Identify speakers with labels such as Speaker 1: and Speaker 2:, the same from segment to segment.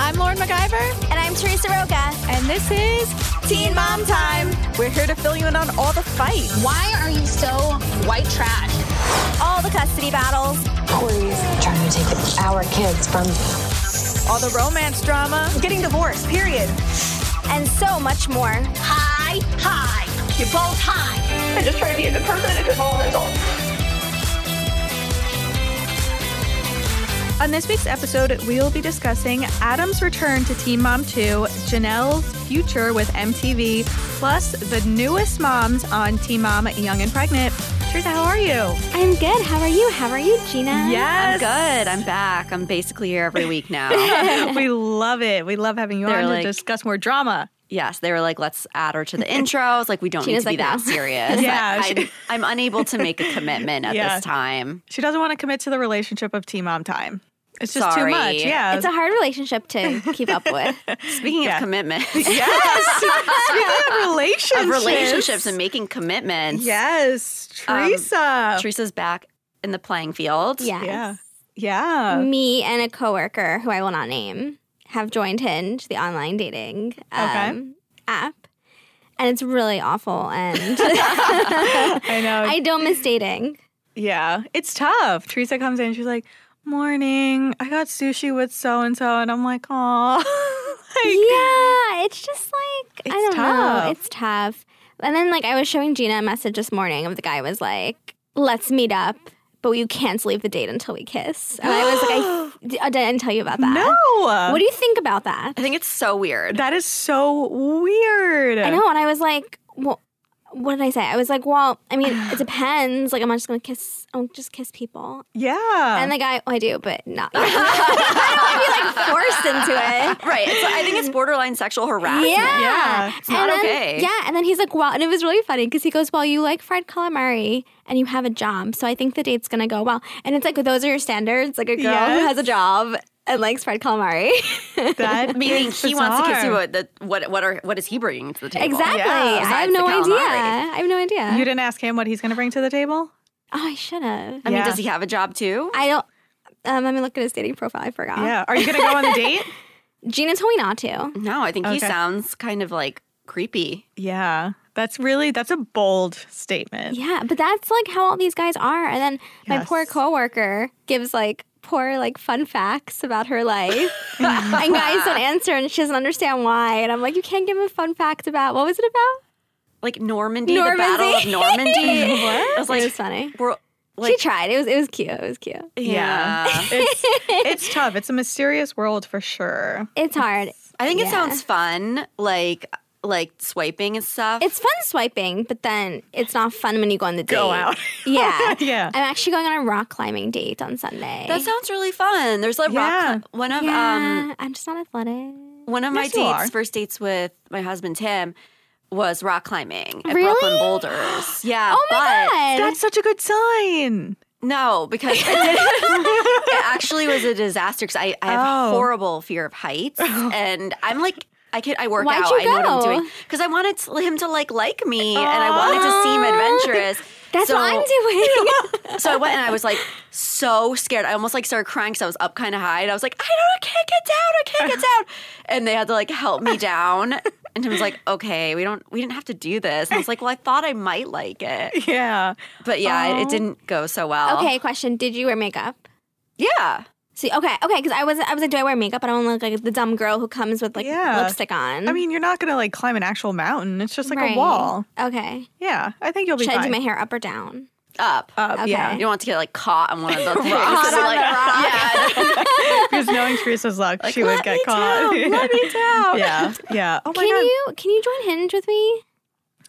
Speaker 1: I'm Lauren MacGyver,
Speaker 2: And I'm Teresa Roca.
Speaker 1: and this is Teen Mom Time. We're here to fill you in on all the fight.
Speaker 3: Why are you so white trash?
Speaker 2: All the custody battles.
Speaker 4: Corey's trying to take our kids from
Speaker 1: all the romance drama, getting divorced, period.
Speaker 2: and so much more.
Speaker 3: High, high. You're both high.
Speaker 5: I just try to be a good person and a good mom and all.
Speaker 1: On this week's episode, we'll be discussing Adam's return to Teen Mom 2, Janelle's future with MTV, plus the newest moms on Teen Mom Young and Pregnant. Teresa, how are you?
Speaker 2: I'm good. How are you? How are you, Gina?
Speaker 1: Yes.
Speaker 6: I'm good. I'm back. I'm basically here every week now.
Speaker 1: we love it. We love having you
Speaker 6: They're
Speaker 1: on
Speaker 6: like-
Speaker 1: to discuss more drama.
Speaker 6: yes, they were like, let's add her to the intro. It's like, we don't
Speaker 2: Gina's
Speaker 6: need to be
Speaker 2: like,
Speaker 6: that
Speaker 2: no.
Speaker 6: serious.
Speaker 1: Yeah,
Speaker 6: I, I'm, I'm unable to make a commitment at
Speaker 1: Yeah.
Speaker 6: this time.
Speaker 1: She doesn't want to commit to the relationship of Teen Mom Time. It's just too
Speaker 6: Sorry.
Speaker 1: much. Yeah.
Speaker 2: It's a hard relationship to keep up with.
Speaker 6: Speaking
Speaker 1: Yeah.
Speaker 6: of commitment,
Speaker 1: yes. Speaking of relationships.
Speaker 6: of relationships and making commitments,
Speaker 1: Yes.
Speaker 6: Um,
Speaker 1: Teresa.
Speaker 6: Teresa's back in the playing field.
Speaker 2: Yes.
Speaker 1: yeah. Yeah.
Speaker 2: Me and a coworker who I will not name have joined Hinge, the online dating
Speaker 1: Okay.
Speaker 2: um, app. And it's really awful. And
Speaker 6: Mm,
Speaker 1: I know.
Speaker 2: I don't miss dating.
Speaker 1: Yeah, it's tough. Teresa comes in, she's like, "Morning, I got sushi with so and so," and I'm like, "Oh,
Speaker 2: yeah, it's just like
Speaker 1: It's
Speaker 2: I don't
Speaker 1: tough.
Speaker 2: know. It's tough. And then like I was showing Gina a message this morning of the guy was like, "Let's meet up, but you can't leave the date until we kiss." And I was like, I, "I didn't tell you about that."
Speaker 1: no,
Speaker 2: What do you think about that?
Speaker 6: I think it's so weird.
Speaker 1: that is so weird."
Speaker 2: I know, and I was like, "Well, what did I say?" I was like, "Well, I mean, it depends. Like, I'm not just gonna kiss. I'll just kiss people."
Speaker 1: Yeah,
Speaker 2: And the guy, oh, I do, but not. I don't want to be like forced into it.
Speaker 6: Right. So I think it's borderline sexual harassment.
Speaker 2: Yeah.
Speaker 1: Yeah,
Speaker 6: it's not
Speaker 2: then,
Speaker 6: okay.
Speaker 2: Yeah. And then he's like, wow. And it was really funny because he goes, well, you like fried calamari and you have a job. So I think the date's going to go well. And it's like, those are your standards. Like a girl
Speaker 1: Yes.
Speaker 2: who has a job and likes fried calamari.
Speaker 1: that
Speaker 6: Meaning
Speaker 1: is
Speaker 6: he wants to kiss you,
Speaker 1: bizarre.
Speaker 6: but the, what, what, are, what is he bringing to the table?
Speaker 2: exactly. I have
Speaker 6: Besides the
Speaker 2: no idea.
Speaker 6: calamari.
Speaker 2: I have no idea.
Speaker 1: You didn't ask him what he's going to bring to the table.
Speaker 2: oh, I should have.
Speaker 6: I
Speaker 1: Yeah.
Speaker 6: mean, does he have a job too?
Speaker 2: I don't. Um, let me look at his dating profile. I forgot.
Speaker 1: Yeah, are you going to go on the date?
Speaker 2: Gina told me not to.
Speaker 6: No, I think he
Speaker 1: Okay.
Speaker 6: sounds kind of like creepy.
Speaker 1: Yeah, that's really that's a bold statement.
Speaker 2: Yeah, but that's like how all these guys are. And then my poor
Speaker 1: Yes.
Speaker 2: coworker gives like poor like fun facts about her life, and guys don't answer, and she doesn't understand why. And I'm like, you can't give him fun facts about what was it about?
Speaker 6: Like Normandy,
Speaker 2: Normandy.
Speaker 6: the Battle of Normandy. what? I was
Speaker 2: it
Speaker 6: like,
Speaker 2: was funny.
Speaker 6: we're,
Speaker 2: she
Speaker 6: like
Speaker 2: tried. It was it was cute. It was cute.
Speaker 6: yeah.
Speaker 1: it's, it's tough. It's a mysterious world for sure.
Speaker 2: It's hard.
Speaker 6: I think it
Speaker 2: Yeah.
Speaker 6: sounds fun, like like swiping and stuff.
Speaker 2: It's fun swiping, but then it's not fun when you go on the date.
Speaker 1: Go out.
Speaker 2: Yeah.
Speaker 1: Yeah.
Speaker 2: I'm actually going on a rock climbing date on Sunday.
Speaker 6: that sounds really fun. There's like
Speaker 1: Yeah.
Speaker 6: rock cli- one of
Speaker 2: yeah,
Speaker 6: um
Speaker 2: I'm just not athletic.
Speaker 6: one of
Speaker 1: Yes, you
Speaker 6: my dates,
Speaker 1: are.
Speaker 6: first dates with my husband Tim was rock climbing at
Speaker 2: Really?
Speaker 6: Brooklyn Boulders. Yeah.
Speaker 2: Oh my
Speaker 6: but
Speaker 2: god.
Speaker 1: That's such a good sign.
Speaker 6: No, because it, did- it actually was a disaster because I, I have
Speaker 1: Oh.
Speaker 6: horrible fear of heights, and I'm like. I could. I work
Speaker 2: Oh. Why'd
Speaker 6: out.
Speaker 2: you
Speaker 6: I know what I'm
Speaker 2: go?
Speaker 6: doing because I wanted to- him to like like me, and I wanted to seem adventurous.
Speaker 2: Oh. That's
Speaker 6: so,
Speaker 2: what I'm doing.
Speaker 6: So I went and I was like so scared. I almost like started crying because I was up kind of high, and I was like, I don't, I can't get down. I can't get down. And they had to like help me down. And Tim was like, Okay, we don't. We didn't have to do this. And I was like, Well, I thought I might like it,
Speaker 1: Yeah.
Speaker 6: but yeah, it, it didn't go so well.
Speaker 2: Oh. Okay, question. Did you wear makeup?
Speaker 6: Yeah.
Speaker 2: See, okay, okay, because I was, I was like, do I wear makeup? I don't look like the dumb girl who comes with like
Speaker 1: Yeah.
Speaker 2: lipstick on.
Speaker 1: I mean, you're not gonna like climb an actual mountain. It's just like
Speaker 2: Right.
Speaker 1: a wall.
Speaker 2: Okay.
Speaker 1: Yeah, I think you'll be
Speaker 2: Should I do
Speaker 1: fine.
Speaker 2: my hair up or down?
Speaker 6: up.
Speaker 1: Up,
Speaker 2: Okay.
Speaker 6: You
Speaker 1: Oh, Yeah,
Speaker 6: don't want to get like caught on one of those things.
Speaker 2: Caught on
Speaker 6: like,
Speaker 2: the rock.
Speaker 1: because knowing Teresa's luck, she would get caught.
Speaker 6: Let me down.
Speaker 1: yeah, yeah. Oh my
Speaker 2: Can
Speaker 1: god,
Speaker 2: you can you join Hinge with me?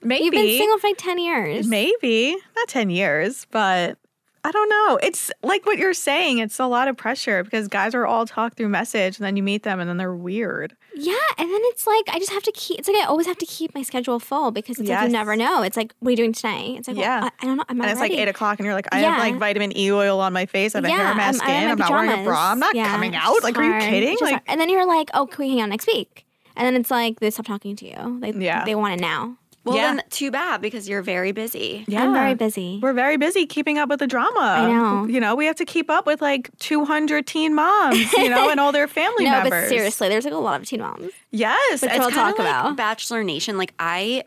Speaker 1: maybe
Speaker 2: You've been single for like ten years.
Speaker 1: maybe not ten years, but I don't know. It's like what you're saying. It's a lot of pressure because guys are all talk through message, and then you meet them, and then they're weird.
Speaker 2: Yeah, and then it's like I just have to keep. It's like I always have to keep my schedule full because it's like
Speaker 1: Yes.
Speaker 2: you never know. It's like, what are you doing tonight? It's like, well,
Speaker 1: Yeah.
Speaker 2: I, I don't know. I'm not
Speaker 1: and it's like
Speaker 2: ready.
Speaker 1: eight o'clock, and you're like, I
Speaker 2: Yeah.
Speaker 1: have like vitamin E oil on my face. I have a
Speaker 2: Yeah,
Speaker 1: hair
Speaker 2: I'm-
Speaker 1: mask
Speaker 2: I'm in
Speaker 1: in.
Speaker 2: my
Speaker 1: I'm not wearing a
Speaker 2: pajamas.
Speaker 1: bra. I'm not
Speaker 2: Yeah,
Speaker 1: coming
Speaker 2: it's
Speaker 1: out. Like, are
Speaker 2: hard.
Speaker 1: you kidding?
Speaker 2: It's just hard.
Speaker 1: Like,
Speaker 2: and then you're like, oh, can we hang out next week? And then it's like they stop talking to you. They,
Speaker 1: Yeah.
Speaker 2: they want it now.
Speaker 6: Well,
Speaker 1: Yeah.
Speaker 6: then too bad because you're very busy.
Speaker 1: Yeah.
Speaker 2: I'm very busy.
Speaker 1: We're very busy keeping up with the drama.
Speaker 2: I know.
Speaker 1: You know, we have to keep up with like 200 teen moms, you know, and all their family
Speaker 2: no,
Speaker 1: members.
Speaker 2: but seriously, there's like a lot of teen moms.
Speaker 1: Yes.
Speaker 2: But
Speaker 1: it's
Speaker 2: we'll
Speaker 1: kind
Speaker 2: talk
Speaker 6: Kinda like
Speaker 2: about.
Speaker 6: Bachelor Nation. Like I,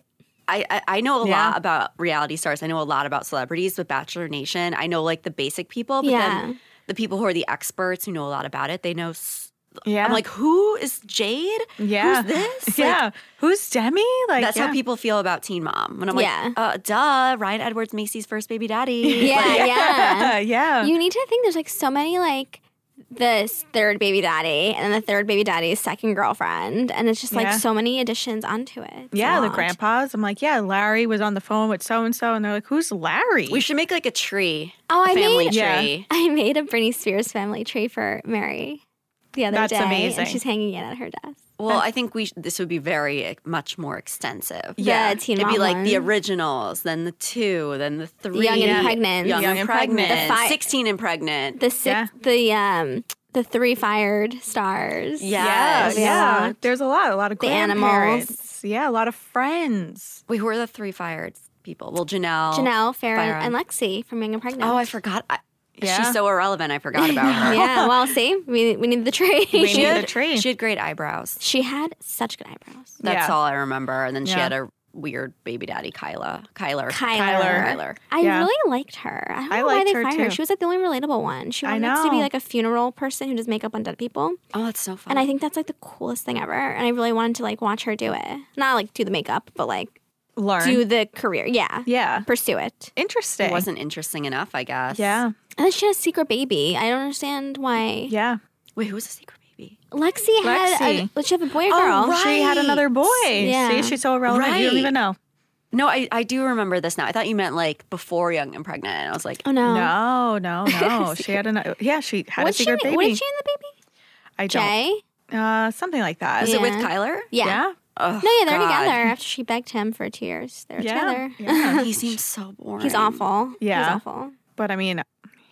Speaker 6: I, I- I know a
Speaker 1: Yeah.
Speaker 6: lot about reality stars. I know a lot about celebrities, but Bachelor Nation, I know like the basic people. But
Speaker 2: Yeah.
Speaker 6: then the people who are the experts who know a lot about it, they know. s
Speaker 1: yeah.
Speaker 6: I'm like, who is Jade?
Speaker 1: yeah.
Speaker 6: Who's this? Like,
Speaker 1: yeah. Who's Demi? Like,
Speaker 6: That's
Speaker 1: yeah.
Speaker 6: how people feel about Teen Mom. When I'm like,
Speaker 2: Yeah.
Speaker 6: uh, duh, Ryan Edwards Macy's first baby daddy.
Speaker 2: Yeah, yeah.
Speaker 1: yeah.
Speaker 2: You need to think there's like so many like this third baby daddy and the third baby daddy's second girlfriend and it's just like
Speaker 1: Yeah.
Speaker 2: so many additions onto it. It's a
Speaker 1: yeah, the
Speaker 2: lot.
Speaker 1: grandpas. I'm like, yeah, Larry was on the phone with so and so, and they're like, who's Larry?
Speaker 6: We should make like a tree,
Speaker 2: Oh,
Speaker 6: a
Speaker 2: I
Speaker 6: family
Speaker 2: made
Speaker 1: Yeah.
Speaker 6: tree.
Speaker 2: I made a Britney Spears family tree for Mary the other
Speaker 1: That's
Speaker 2: day.
Speaker 1: amazing.
Speaker 2: And she's hanging it at her desk.
Speaker 6: Well, I think we sh- this would be very uh, much more extensive.
Speaker 2: Yeah, Teen
Speaker 6: It'd
Speaker 2: Mom
Speaker 6: be like the
Speaker 2: one.
Speaker 6: originals, then the two, then the three.
Speaker 2: Young and pregnant.
Speaker 6: Young,
Speaker 1: Young
Speaker 6: and
Speaker 1: and
Speaker 6: pregnant.
Speaker 1: pregnant.
Speaker 2: The fi-
Speaker 6: 16 and pregnant.
Speaker 2: The six
Speaker 1: Yeah.
Speaker 2: the um the three fired stars.
Speaker 6: Yeah.
Speaker 1: yeah,
Speaker 6: Yes.
Speaker 1: yeah. There's a lot, a lot of
Speaker 2: The animals.
Speaker 1: grandparents. Yeah, a lot of friends.
Speaker 6: Wait, who are the three fired people? Well, Janelle.
Speaker 2: Janelle, Farrah,
Speaker 6: Farrah.
Speaker 2: and Lexi from Young and Pregnant.
Speaker 6: Oh, I forgot. I,
Speaker 1: Yeah.
Speaker 6: She's so irrelevant. I forgot about her.
Speaker 2: yeah, well, see, we, we need the tree.
Speaker 1: We
Speaker 6: She
Speaker 1: need a
Speaker 6: had-
Speaker 1: tree.
Speaker 6: She had great eyebrows.
Speaker 2: she had such good eyebrows.
Speaker 6: That's
Speaker 1: Yeah.
Speaker 6: all I remember. And then she
Speaker 1: Yeah.
Speaker 6: had a weird baby daddy, Kyla. Kyler.
Speaker 2: Kyler.
Speaker 6: Kyler.
Speaker 2: I
Speaker 1: Yeah.
Speaker 2: really liked her. I don't know
Speaker 1: I
Speaker 2: why
Speaker 1: liked
Speaker 2: they
Speaker 1: her,
Speaker 2: fired her.
Speaker 1: too.
Speaker 2: She was like the only relatable one. She
Speaker 1: I
Speaker 2: wanted to be
Speaker 1: know.
Speaker 2: like a funeral person who does makeup on dead people,
Speaker 6: Oh, that's so fun.
Speaker 2: and I think that's like the coolest thing ever. And I really wanted to like watch her do it. Not like do the makeup, but like
Speaker 1: Learn.
Speaker 2: do the career. Yeah,
Speaker 1: yeah.
Speaker 2: pursue it.
Speaker 1: Interesting.
Speaker 6: it wasn't interesting enough, I guess.
Speaker 1: Yeah.
Speaker 2: And then she had a secret baby. I don't understand why.
Speaker 1: Yeah.
Speaker 6: Wait, who was the secret baby?
Speaker 2: Lexi had. A,
Speaker 1: Lexi. Oh,
Speaker 2: would she have a boy or girl?
Speaker 1: She had another boy.
Speaker 2: Yeah.
Speaker 1: See, she's so irrelevant. You don't
Speaker 6: Right.
Speaker 1: even know.
Speaker 6: No, I, I do remember this now. I thought you meant like before young and pregnant. And I was like,
Speaker 2: Oh no.
Speaker 1: No, no, no. she had another. Yeah, she had a
Speaker 2: What's she?
Speaker 1: secret baby.
Speaker 2: What did she in the baby?
Speaker 1: I don't.
Speaker 2: Jay.
Speaker 1: Uh, something like that.
Speaker 6: is it with
Speaker 2: Yeah.
Speaker 6: Kyler?
Speaker 2: Yeah.
Speaker 1: Yeah.
Speaker 6: Oh,
Speaker 2: No, yeah, they're
Speaker 6: God.
Speaker 2: together. After she begged him for two years, they're
Speaker 1: Yeah.
Speaker 2: together.
Speaker 1: Yeah.
Speaker 6: He seems so boring.
Speaker 2: He's awful.
Speaker 1: Yeah.
Speaker 2: He's awful.
Speaker 1: But I mean,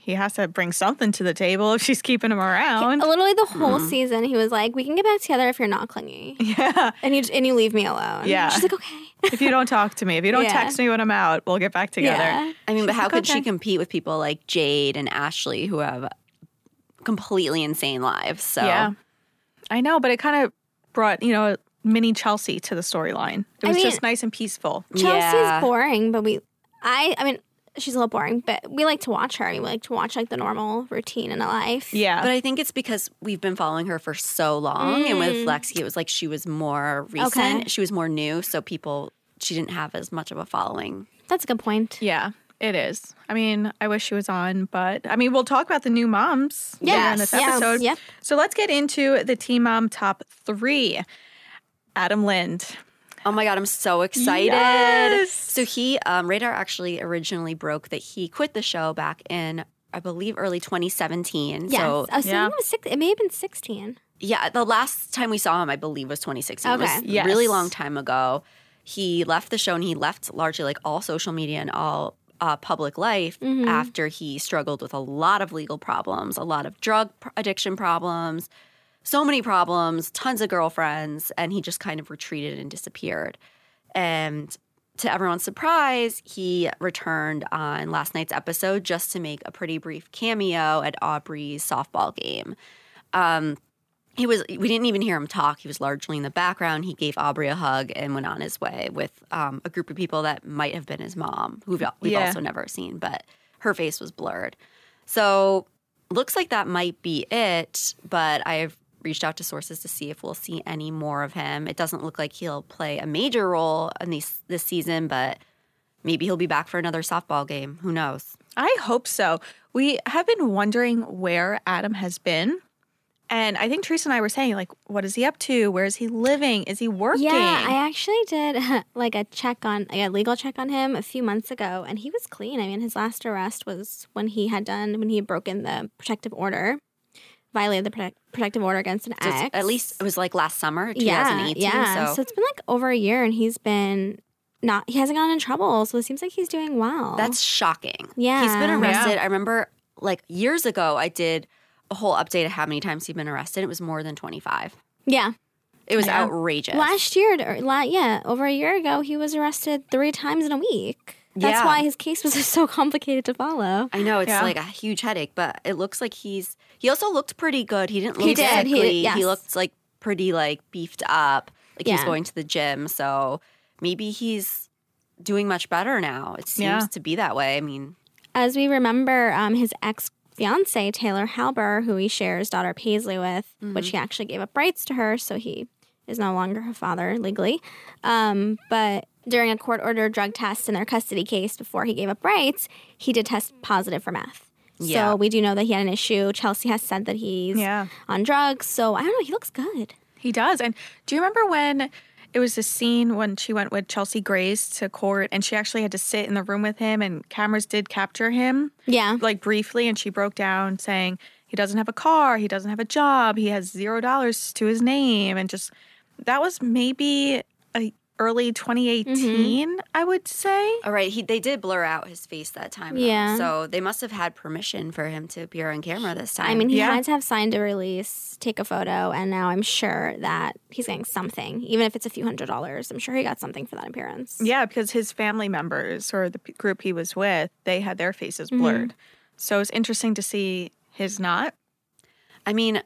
Speaker 1: he has to bring something to the table if she's keeping him around.
Speaker 2: Literally the whole
Speaker 1: Mm-hmm.
Speaker 2: season, he was like, "We can get back together if you're not clingy,
Speaker 1: Yeah.
Speaker 2: and you and you leave me alone."
Speaker 1: Yeah.
Speaker 2: she's like, "Okay."
Speaker 1: If you don't talk to me, if you don't
Speaker 2: Yeah.
Speaker 1: text me when I'm out, we'll get back together.
Speaker 2: Yeah,
Speaker 6: I mean, but how
Speaker 1: like,
Speaker 6: could she
Speaker 1: okay.
Speaker 6: compete with people like Jade and Ashley who have completely insane lives? So
Speaker 1: Yeah. I know, but it kind of brought, you know, mini Chelsea to the storyline. It
Speaker 2: I
Speaker 1: was
Speaker 2: mean-
Speaker 1: just nice and peaceful.
Speaker 2: Chelsea's
Speaker 6: Yeah.
Speaker 2: boring, but we, I, I mean, she's a little boring, but we like to watch her. We like to watch like the normal routine in a life.
Speaker 1: Yeah.
Speaker 6: But I think it's because we've been following her for so long. And with Lexi, it was like she was more recent.
Speaker 2: Mm. Okay.
Speaker 6: She was more new. So people, she didn't have as much of a following.
Speaker 2: that's a good point.
Speaker 1: yeah, it is. I mean, I wish she was on, but I mean, we'll talk about the new moms later in this
Speaker 2: Yes. Yeah.
Speaker 1: episode.
Speaker 2: Yep.
Speaker 1: So let's get into the Team Mom top three. Adam Lind.
Speaker 6: Oh my God, I'm so excited.
Speaker 1: Yes.
Speaker 6: So he, um, Radar actually originally broke that he quit the show back in, I believe, early 2017.
Speaker 2: Yes, Oh,
Speaker 6: So,
Speaker 2: I was thinking
Speaker 1: yeah.
Speaker 2: it was six. It may have been sixteen.
Speaker 6: yeah, the last time we saw him, I believe, was 2016. It was
Speaker 2: Okay.
Speaker 1: Yes.
Speaker 6: a really long time ago. He left the show and he left largely like all social media and all uh, public life after he struggled with a lot of legal problems, a lot of drug pr- addiction problems, so many problems, tons of girlfriends, and he just kind of retreated and disappeared. And to everyone's surprise, he returned on last night's episode just to make a pretty brief cameo at Aubrey's softball game. Um, he was we didn't even hear him talk. He was largely in the background. He gave Aubrey a hug and went on his way with um, a group of people that might have been his mom, who we've, we've
Speaker 1: Yeah.
Speaker 6: also never seen, but her face was blurred. So looks like that might be it, but I've reached out to sources to see if we'll see any more of him. It doesn't look like he'll play a major role in these, this season, but maybe he'll be back for another softball game. Who knows?
Speaker 1: I hope so. We have been wondering where Adam has been. And I think Teresa and I were saying, like, what is he up to? Where is he living? Is he working?
Speaker 2: Yeah, I actually did like a check on like a legal check on him a few months ago, and he was clean. I mean, his last arrest was when he had done when he had broken the protective order, violated the protect, protective order against an
Speaker 6: So it's-
Speaker 2: ex.
Speaker 6: at least it was like last summer,
Speaker 2: yeah,
Speaker 6: 2018.
Speaker 2: yeah. So.
Speaker 6: So,
Speaker 2: it's been like over a year, and he's been not he hasn't gotten in trouble, so it seems like he's doing well.
Speaker 6: that's shocking.
Speaker 2: Yeah.
Speaker 6: He's been
Speaker 2: Yeah.
Speaker 6: arrested. I remember like years ago, I did a whole update of how many times he'd been arrested. It was more than 25.
Speaker 2: yeah,
Speaker 6: It was outrageous.
Speaker 2: Last year, or la- yeah, over a year ago, he was arrested three times in a week. That's
Speaker 6: Yeah.
Speaker 2: why his case was so complicated to follow.
Speaker 6: I know it's
Speaker 1: Yeah.
Speaker 6: like a huge headache, but it looks like he's. He also looked pretty good. He didn't look
Speaker 2: He did. He
Speaker 6: sickly.
Speaker 2: did,
Speaker 6: He,
Speaker 2: yes.
Speaker 6: looked like pretty like beefed up. Like he's
Speaker 2: Yeah.
Speaker 6: going to the gym, so maybe he's doing much better now. It seems
Speaker 1: Yeah.
Speaker 6: to be that way. I mean,
Speaker 2: As we remember, um, his ex fiance, Taylor Halber, who he shares daughter Paisley with, which he actually gave up rights to her, so he is no longer her father legally. Um, but during a court ordered drug test in their custody case before he gave up rights, he did test positive for meth.
Speaker 6: Yeah.
Speaker 2: So we do know that he had an issue. Chelsea has said that he's
Speaker 1: Yeah.
Speaker 2: on drugs. So I don't know. He looks good.
Speaker 1: He does. And do you remember when it was a scene when she went with Chelsea Grace to court and she actually had to sit in the room with him and cameras did capture him
Speaker 2: Yeah.
Speaker 1: like briefly and she broke down saying he doesn't have a car, he doesn't have a job, he has 0 dollars to his name and just that was maybe a early 2018, I would say.
Speaker 6: all right. He they did blur out his face that time. though.
Speaker 2: Yeah.
Speaker 6: So they must have had permission for him to appear on camera this time.
Speaker 2: I mean, he
Speaker 1: Yeah.
Speaker 2: had to have signed a release, take a photo, and now I'm sure that he's getting something, even if it's a few hundred dollars. I'm sure he got something for that appearance.
Speaker 1: Yeah, because his family members or the p- group he was with, they had their faces blurred. So it's interesting to see his not.
Speaker 6: I mean,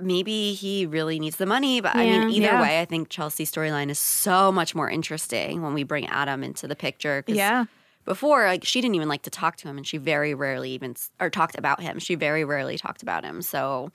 Speaker 6: maybe he really needs the money, but I
Speaker 2: Yeah.
Speaker 6: mean, either
Speaker 1: Yeah.
Speaker 6: way, I think Chelsea's storyline is so much more interesting when we bring Adam into the picture. 'cause
Speaker 1: Yeah.
Speaker 6: Before, like, she didn't even like to talk to him, and she very rarely even s- or talked about him. She very rarely talked about him. So,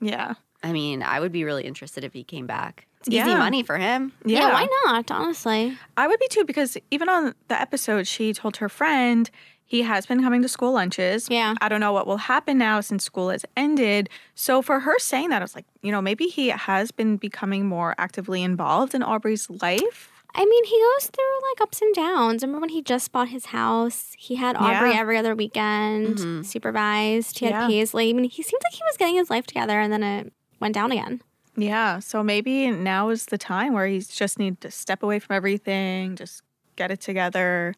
Speaker 1: Yeah.
Speaker 6: I mean, I would be really interested if he came back. It's easy
Speaker 1: Yeah.
Speaker 6: money for him.
Speaker 2: Yeah, why not? Honestly.
Speaker 1: I would be too because even on the episode, she told her friend he has been coming to school lunches.
Speaker 2: Yeah.
Speaker 1: I don't know what will happen now since school has ended. So for her saying that, I was like, you know, maybe he has been becoming more actively involved in Aubrey's life.
Speaker 2: I mean, he goes through like ups and downs. Remember when he just bought his house? He had Aubrey
Speaker 1: Yeah. Mm-hmm.
Speaker 2: every other weekend, supervised. He had
Speaker 1: Yeah.
Speaker 2: Paisley. I mean, he seemed like he was getting his life together, and then it went down again.
Speaker 1: Yeah. So maybe now is the time where he's just need to step away from everything, just get it together.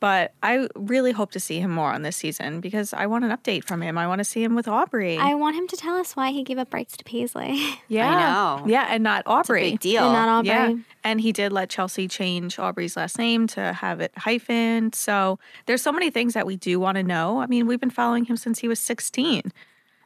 Speaker 1: But I really hope to see him more on this season because I want an update from him. I want to see him with Aubrey.
Speaker 2: I want him to tell us why he gave up rights to Paisley
Speaker 1: yeah.
Speaker 6: know.
Speaker 1: Yeah, and not Aubrey.
Speaker 6: Big deal.
Speaker 2: and not Aubrey.
Speaker 1: Yeah. And he did let Chelsea change Aubrey's last name to have it hyphen. So there's so many things that we do want to know. I mean, we've been following him since he was 16.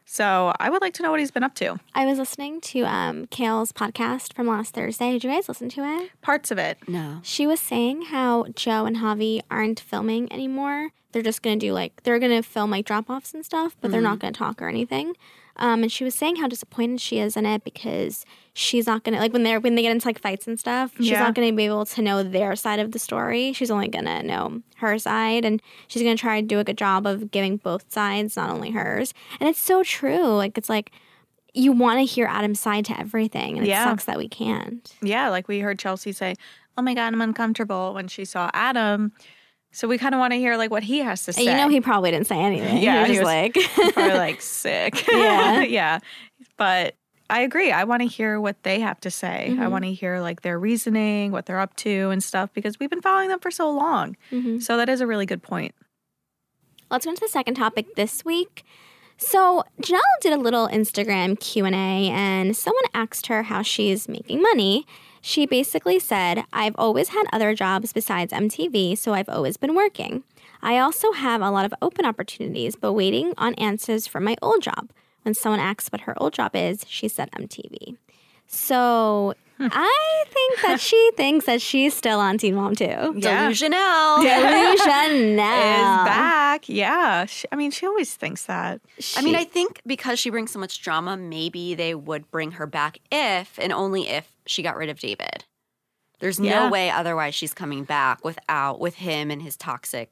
Speaker 1: So I would like to know what he's been up to.
Speaker 2: I was listening to um, Kale's podcast from last Thursday. Did you guys listen to it?
Speaker 1: Parts of it.
Speaker 6: no.
Speaker 2: She was saying how Joe and Javi aren't filming anymore. They're just gonna do like they're gonna film like drop offs and stuff, but they're not
Speaker 1: Mm-hmm.
Speaker 2: gonna talk or anything. Um, and she was saying how disappointed she is in it because she's not gonna like when they're when they get into like fights and stuff, she's
Speaker 1: Yeah.
Speaker 2: not gonna be able to know their side of the story. She's only gonna know her side, and she's gonna try to do a good job of giving both sides, not only hers. And it's so true. Like it's like you want to hear Adam's side to everything, and
Speaker 1: Yeah.
Speaker 2: it sucks that we can't.
Speaker 1: Yeah, like we heard Chelsea say, Oh my God, I'm uncomfortable when she saw Adam. So we kind of want to hear like what he has to say.
Speaker 2: And you know he probably didn't say anything.
Speaker 1: Yeah,
Speaker 2: he
Speaker 1: he
Speaker 2: was just like
Speaker 1: Probably like sick.
Speaker 2: Yeah.
Speaker 1: yeah. But I agree. I want to hear what they have to say.
Speaker 2: Mm-hmm.
Speaker 1: I want to hear like their reasoning, what they're up to and stuff because we've been following them for so long. So that is a really good point.
Speaker 2: Mhm. Let's go into the second topic this week. So Janelle did a little Instagram Q and A, and someone asked her how she's making money. She basically said, "I've always had other jobs besides MTV, so I've always been working. I also have a lot of open opportunities, but waiting on answers from my old job." When someone asks what her old job is, she said MTV. So
Speaker 1: Hmm.
Speaker 2: I think that she thinks that she's still on Teen Mom too.
Speaker 1: Yeah.
Speaker 6: Delusional.
Speaker 2: Delusional.
Speaker 1: Is back. Yeah. She, I mean, she always thinks that.
Speaker 6: I mean, I think because she brings so much drama, maybe they would bring her back if and only if she got rid of David. There's
Speaker 1: Yeah.
Speaker 6: no way otherwise she's coming back without with him and his toxic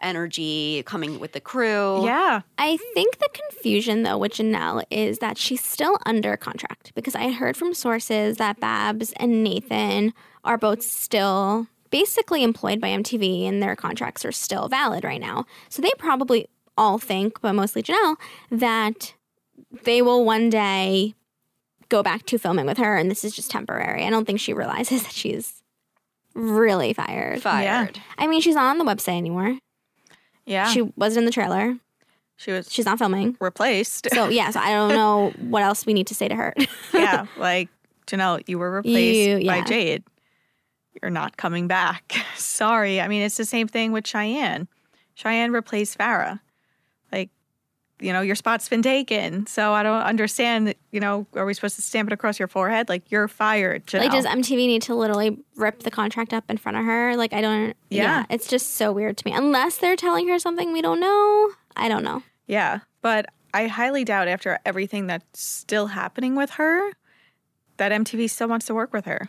Speaker 6: energy coming with the crew.
Speaker 1: Yeah.
Speaker 2: I think the confusion though with Janelle is that she's still under contract because I heard from sources that Babs and Nathan are both still basically employed by MTV and their contracts are still valid right now. So they probably all think, but mostly Janelle, that they will one day go back to filming with her and this is just temporary. I don't think she realizes that she's really fired.
Speaker 6: Fired.
Speaker 2: I mean, she's not on the website anymore.
Speaker 1: Yeah.
Speaker 2: She
Speaker 1: She,
Speaker 2: wasn't in the trailer.
Speaker 1: was
Speaker 2: She's not filming.
Speaker 1: replaced.
Speaker 2: So yeah, so I don't know what else we need to say to her.
Speaker 1: yeah. Like, Janelle, you were replaced
Speaker 2: You-
Speaker 1: by
Speaker 2: yeah.
Speaker 1: Jade. You're not coming back. Sorry. I mean, it's the same thing with Cheyenne. Cheyenne replaced Farah. Like, you know, your spot's been taken. So I don't understand. You know, are we supposed to stamp it across your forehead? Like, you're fired, Janelle.
Speaker 2: Like, does MTV need to literally rip the contract up in front of her? Like, I don't.
Speaker 1: Yeah.
Speaker 2: it's just so weird to me. Unless they're telling her something we don't know. I don't know.
Speaker 1: Yeah, but I highly doubt after everything that's still happening with her that MTV still wants to work with her.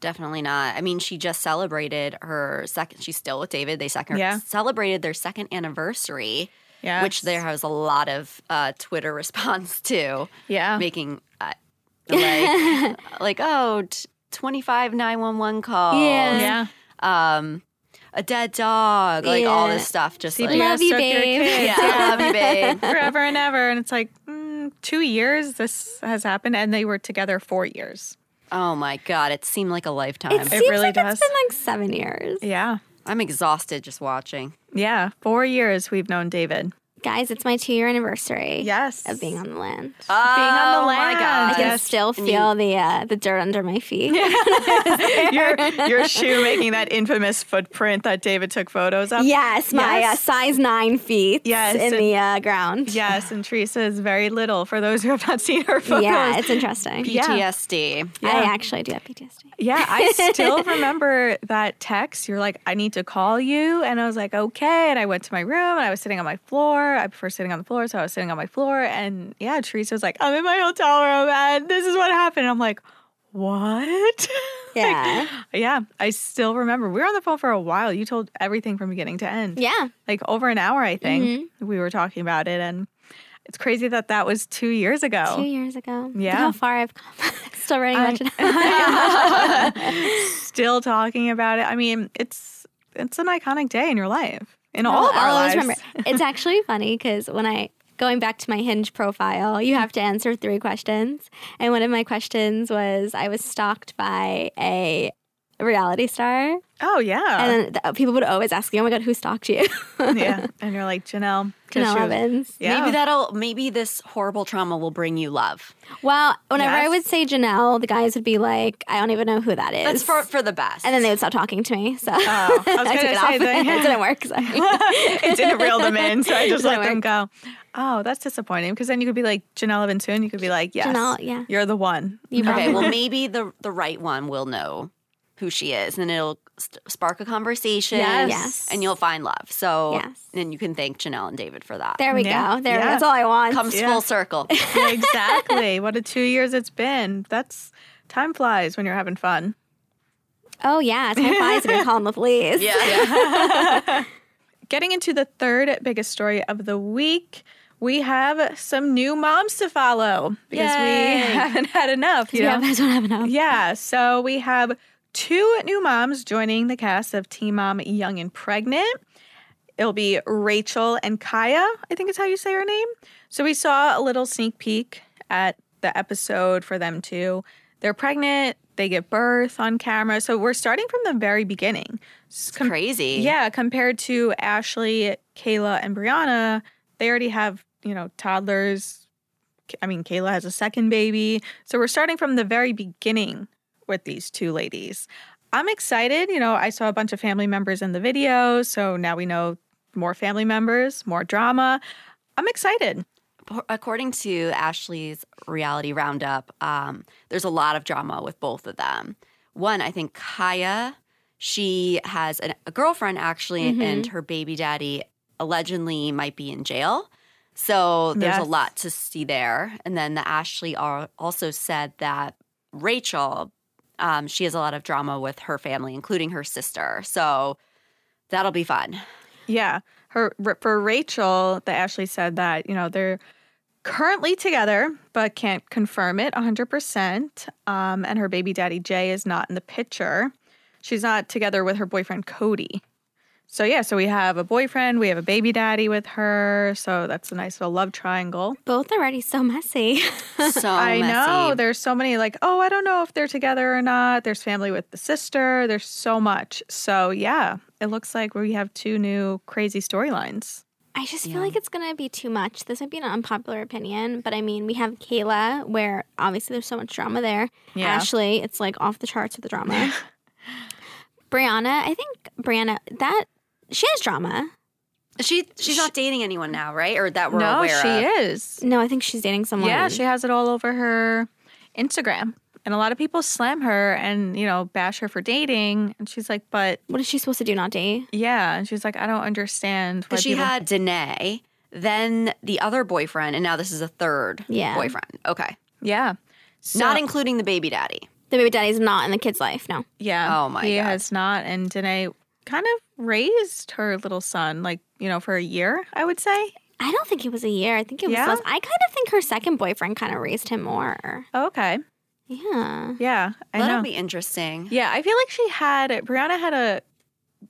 Speaker 6: Definitely not. I mean, she just celebrated her second. She's still with David. They second
Speaker 1: Yeah.
Speaker 6: celebrated their second anniversary,
Speaker 1: Yeah.
Speaker 6: which there was a lot of uh, Twitter response to,
Speaker 1: Yeah.
Speaker 6: making uh, like like oh twenty five nine one one calls,
Speaker 2: Yeah.
Speaker 1: yeah.
Speaker 6: um, a dead dog, like all
Speaker 2: Yeah.
Speaker 6: this stuff. Just like
Speaker 1: CPS
Speaker 2: Love you,
Speaker 1: took your
Speaker 2: babe.
Speaker 1: kids.
Speaker 6: yeah, I love you, babe.
Speaker 1: Forever and ever. And it's like, mm, two years this has happened. And they were together four years.
Speaker 6: Oh my god, it seemed like a lifetime.
Speaker 2: it seems
Speaker 1: Um, really
Speaker 2: like
Speaker 1: does.
Speaker 2: It's been like seven years.
Speaker 1: Yeah.
Speaker 6: I'm exhausted just watching.
Speaker 1: Yeah. Four years we've known David.
Speaker 2: Guys, it's my two year anniversary.
Speaker 1: Yes.
Speaker 2: Of being on the land.
Speaker 1: on the
Speaker 6: Oh my
Speaker 1: land.
Speaker 6: God.
Speaker 2: I can
Speaker 1: yes.
Speaker 2: still feel the uh, the dirt under my feet.
Speaker 1: your, your shoe making that infamous footprint that David took photos of.
Speaker 2: Yes, my
Speaker 1: Yes.
Speaker 2: Uh, size nine feet
Speaker 1: Yes,
Speaker 2: in
Speaker 1: and-
Speaker 2: the uh, ground.
Speaker 1: Yes. And Teresa is very little for those who have not seen her photos.
Speaker 2: Yeah, it's interesting.
Speaker 1: Yeah.
Speaker 6: PTSD.
Speaker 2: I actually do have PTSD.
Speaker 1: Yeah, I still remember that text. You're like, I need to call you. And I was like, okay. And I went to my room and I was sitting on my floor. I prefer sitting on the floor. So I was sitting on my floor. And yeah, Teresa was like, I'm in my hotel room and this is what happened. I'm like, what?
Speaker 2: Yeah.
Speaker 1: yeah, I still remember. We were on the phone for a while. You told everything from beginning to end.
Speaker 2: yeah. Mm-hmm.
Speaker 1: Like over an hour, I think we were talking about it. And it's crazy that that was two years ago.
Speaker 2: Two years ago. Look
Speaker 1: Oh. Yeah.
Speaker 2: How far I've come. Still running
Speaker 1: I-
Speaker 2: about it.
Speaker 1: still talking about it. I mean, it's it's an iconic day in your life, in all of our
Speaker 2: Oh, I'll
Speaker 1: lives.
Speaker 2: always It's actually funny because when I going back to my Hinge profile, you have to answer three questions, and one of my questions was I was stalked by a reality star,
Speaker 1: Oh yeah,
Speaker 2: and then the, uh, people would always ask me, "Oh my god, who stalked you?"
Speaker 1: yeah. And you're like Janelle, 'cause
Speaker 2: Janelle
Speaker 1: she was-
Speaker 2: Evans.
Speaker 1: Yeah.
Speaker 6: Maybe that'll maybe this horrible trauma will bring you love.
Speaker 2: Well, whenever I
Speaker 1: Yes.
Speaker 2: would say Janelle, the guys would be like, "I don't even know who that is."
Speaker 6: That's for for the best.
Speaker 2: and then they would stop talking to me. So
Speaker 1: Oh, I was
Speaker 2: I took
Speaker 1: gonna
Speaker 2: it
Speaker 1: say
Speaker 2: off. it
Speaker 1: that.
Speaker 2: didn't work. Sorry.
Speaker 1: it didn't reel them in, so I just let them
Speaker 2: Didn't
Speaker 1: go. Oh, that's disappointing because then you could be like Janelle Evans soon. You could be like, yes,
Speaker 2: Janelle, yeah.
Speaker 1: you're the one.
Speaker 2: You
Speaker 6: okay,
Speaker 2: probably-
Speaker 6: well maybe the the right one will know who she is, and it'll st- spark a conversation.
Speaker 2: Yes. Yes.
Speaker 6: and you'll find love. So
Speaker 2: Yes.
Speaker 6: and you can thank Janelle and David for that.
Speaker 2: there we
Speaker 1: Yeah.
Speaker 2: go. There,
Speaker 1: Yeah.
Speaker 2: that's all I want.
Speaker 6: comes
Speaker 1: Yeah.
Speaker 6: full circle.
Speaker 1: Yeah, exactly. What a two years it's been. That's time flies when you're having fun.
Speaker 2: oh yeah, time flies when you're calling the police.
Speaker 6: yeah.
Speaker 1: Getting into the third biggest story of the week, we have some new moms to follow because
Speaker 6: Yay.
Speaker 1: we haven't had enough. You
Speaker 2: Yeah,
Speaker 1: know?
Speaker 2: but I don't have enough.
Speaker 1: Yeah, so we have two new moms joining the cast of Teen Mom Young and Pregnant. It'll be Rachel and Kaya, I think is how you say her name. So we saw a little sneak peek at the episode for them two. They're pregnant, they give birth on camera. So we're starting from the very beginning. It's com-
Speaker 6: Crazy.
Speaker 1: yeah, compared to Ashley, Kayla, and Brianna, they already have, you know, toddlers. I mean, Kayla has a second baby. So we're starting from the very beginning with these two ladies. I'm excited. You know, I saw a bunch of family members in the video. So now we know more family members, more drama. I'm excited.
Speaker 6: According to Ashley's reality roundup, um, there's a lot of drama with both of them. One, I think Kaya, she has an, a girlfriend actually, and
Speaker 1: Mm-hmm.
Speaker 6: her baby daddy allegedly might be in jail. So there's
Speaker 1: Yes.
Speaker 6: a lot to see there. And then the Ashley al- also said that Rachel, um, she has a lot of drama with her family, including her sister. So that'll be fun.
Speaker 1: Yeah. Her for Rachel, the Ashley said that, you know, they're currently together but can't confirm it 100%. Um and her baby daddy Jay is not in the picture. She's not together with her boyfriend Cody. So yeah, so we have a boyfriend, we have a baby daddy with her. So that's a nice little love triangle.
Speaker 2: Both already so messy.
Speaker 6: So
Speaker 1: I
Speaker 6: messy.
Speaker 1: know. There's so many like, oh, I don't know if they're together or not. There's family with the sister. There's so much. So yeah, it looks like we have two new crazy storylines.
Speaker 2: I just feel like it's gonna be too much. This might be an unpopular opinion, but I mean, we have Kayla, where obviously there's so much drama there.
Speaker 1: Yeah.
Speaker 2: Ashley, it's like off the charts with the drama. Brianna, I think Brianna that she has drama.
Speaker 6: She she's not dating anyone now, right? Or that we're
Speaker 1: No,
Speaker 6: aware
Speaker 1: she
Speaker 6: of.
Speaker 1: is.
Speaker 2: No, I think she's dating someone.
Speaker 1: Yeah, she has it all over her Instagram. And a lot of people slam her and, you know, bash her for dating. And she's like, but
Speaker 2: What is she supposed to do? Not date?
Speaker 1: yeah. And she's like, I don't understand. why
Speaker 6: Because she
Speaker 1: people-
Speaker 6: had Danae, then the other boyfriend, and now this is a third
Speaker 2: Yeah.
Speaker 6: boyfriend. Okay.
Speaker 1: Yeah. So-
Speaker 6: Not including the baby daddy.
Speaker 2: The baby daddy's not in the kid's life. No.
Speaker 1: Yeah.
Speaker 6: Oh my
Speaker 1: he
Speaker 6: God.
Speaker 1: has not. And Danae kind of raised her little son, like, you know, for a year, I would say.
Speaker 2: I don't think it was a year. I think it was
Speaker 1: Yeah?
Speaker 2: less. I kind of think her second boyfriend kind of raised him more.
Speaker 1: okay.
Speaker 2: Yeah.
Speaker 1: Yeah. I
Speaker 6: That'll
Speaker 1: know.
Speaker 6: be interesting.
Speaker 1: yeah. I feel like she had, Brianna had a,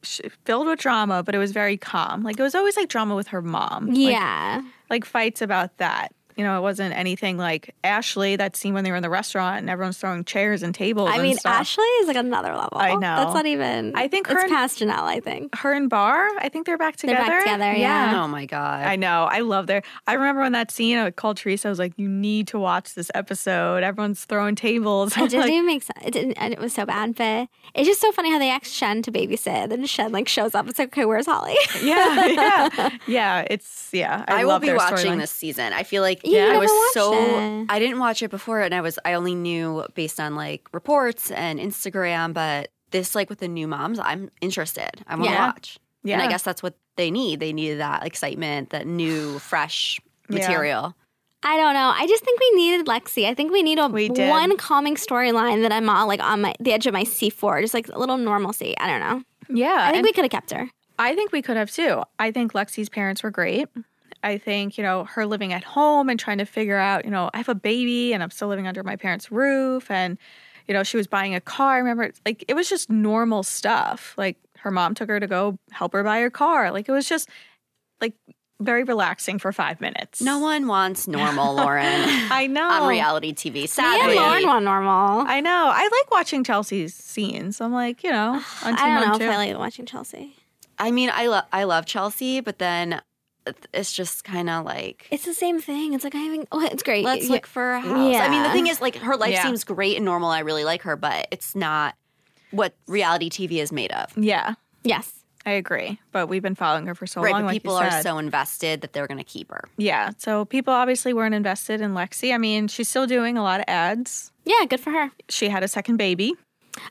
Speaker 1: sh filled with drama, but it was very calm. Like, it was always like drama with her mom. Like,
Speaker 2: Yeah.
Speaker 1: like fights about that. You know, it wasn't anything like Ashley, that scene when they were in the restaurant and everyone's throwing chairs and tables.
Speaker 2: I
Speaker 1: and
Speaker 2: mean,
Speaker 1: stuff.
Speaker 2: Ashley is like another level.
Speaker 1: I know.
Speaker 2: That's not even.
Speaker 1: I think her-
Speaker 2: it's past Janelle. I think
Speaker 1: her and Bar, I think they're back
Speaker 2: they're
Speaker 1: together.
Speaker 2: back together. Yeah.
Speaker 6: Oh my God.
Speaker 1: I know. I love their. I remember when that scene, I called Teresa. I was like, you need to watch this episode. Everyone's throwing tables.
Speaker 2: It didn't even make sense. It didn't. and It was so bad, but it's just so funny how they asked Shen to babysit, and Shen like shows up. It's like, okay, where's Holly?
Speaker 1: yeah. Yeah. Yeah. It's, yeah. I,
Speaker 6: I, will
Speaker 1: love
Speaker 6: be
Speaker 1: their
Speaker 6: watching
Speaker 1: storyline.
Speaker 6: this season. I feel like
Speaker 2: Yeah, you
Speaker 6: I was
Speaker 2: never watched
Speaker 6: so
Speaker 2: it.
Speaker 6: I didn't watch it before, and I was I only knew based on like reports and Instagram. But this like with the new moms, I'm interested. I want to
Speaker 2: Yeah.
Speaker 6: watch.
Speaker 1: Yeah.
Speaker 6: And I guess that's what they need. They needed that excitement, that new fresh
Speaker 1: Yeah.
Speaker 6: material.
Speaker 2: I don't know. I just think we needed Lexi. I think we need a
Speaker 1: We did.
Speaker 2: one calming storyline that I'm all like on my the edge of my C four, just like a little normalcy. I don't know.
Speaker 1: Yeah.
Speaker 2: I think
Speaker 1: Uh, and-
Speaker 2: we could have kept her.
Speaker 1: I think we could have too. I think Lexi's parents were great. I think, you know, her living at home and trying to figure out, you know, I have a baby and I'm still living under my parents' roof. And, you know, she was buying a car. I remember, like, it was just normal stuff. Like, her mom took her to go help her buy her car. Like, it was just, like, very relaxing for five minutes.
Speaker 6: No one wants normal Lauren
Speaker 1: I know.
Speaker 6: on reality TV.
Speaker 2: Yeah,
Speaker 6: Sadly,
Speaker 2: Lauren want normal. I,
Speaker 1: I know. I like watching Chelsea's scenes. I'm like, you know, on Team
Speaker 2: don't know
Speaker 1: Mom
Speaker 2: if
Speaker 1: too.
Speaker 2: I like watching Chelsea.
Speaker 6: I mean, I love I love Chelsea, but then uh, it's just kind of like
Speaker 2: It's the same thing. It's like I haven't. Oh, it's great.
Speaker 6: let's
Speaker 2: Yeah.
Speaker 6: look for a house. I mean, the
Speaker 2: Yeah.
Speaker 6: thing is, like, her life
Speaker 1: Yeah.
Speaker 6: seems great and normal. I really like her, but it's not what reality TV is made of.
Speaker 1: yeah,
Speaker 2: Yes.
Speaker 1: I agree. But we've been following her for so
Speaker 6: right,
Speaker 1: long.
Speaker 6: but
Speaker 1: like you
Speaker 6: people are
Speaker 1: said.
Speaker 6: so invested that they're going to keep her.
Speaker 1: Yeah. So people obviously weren't invested in Lexi. I mean, she's still doing a lot of ads.
Speaker 2: Yeah, good for her.
Speaker 1: She had a second baby.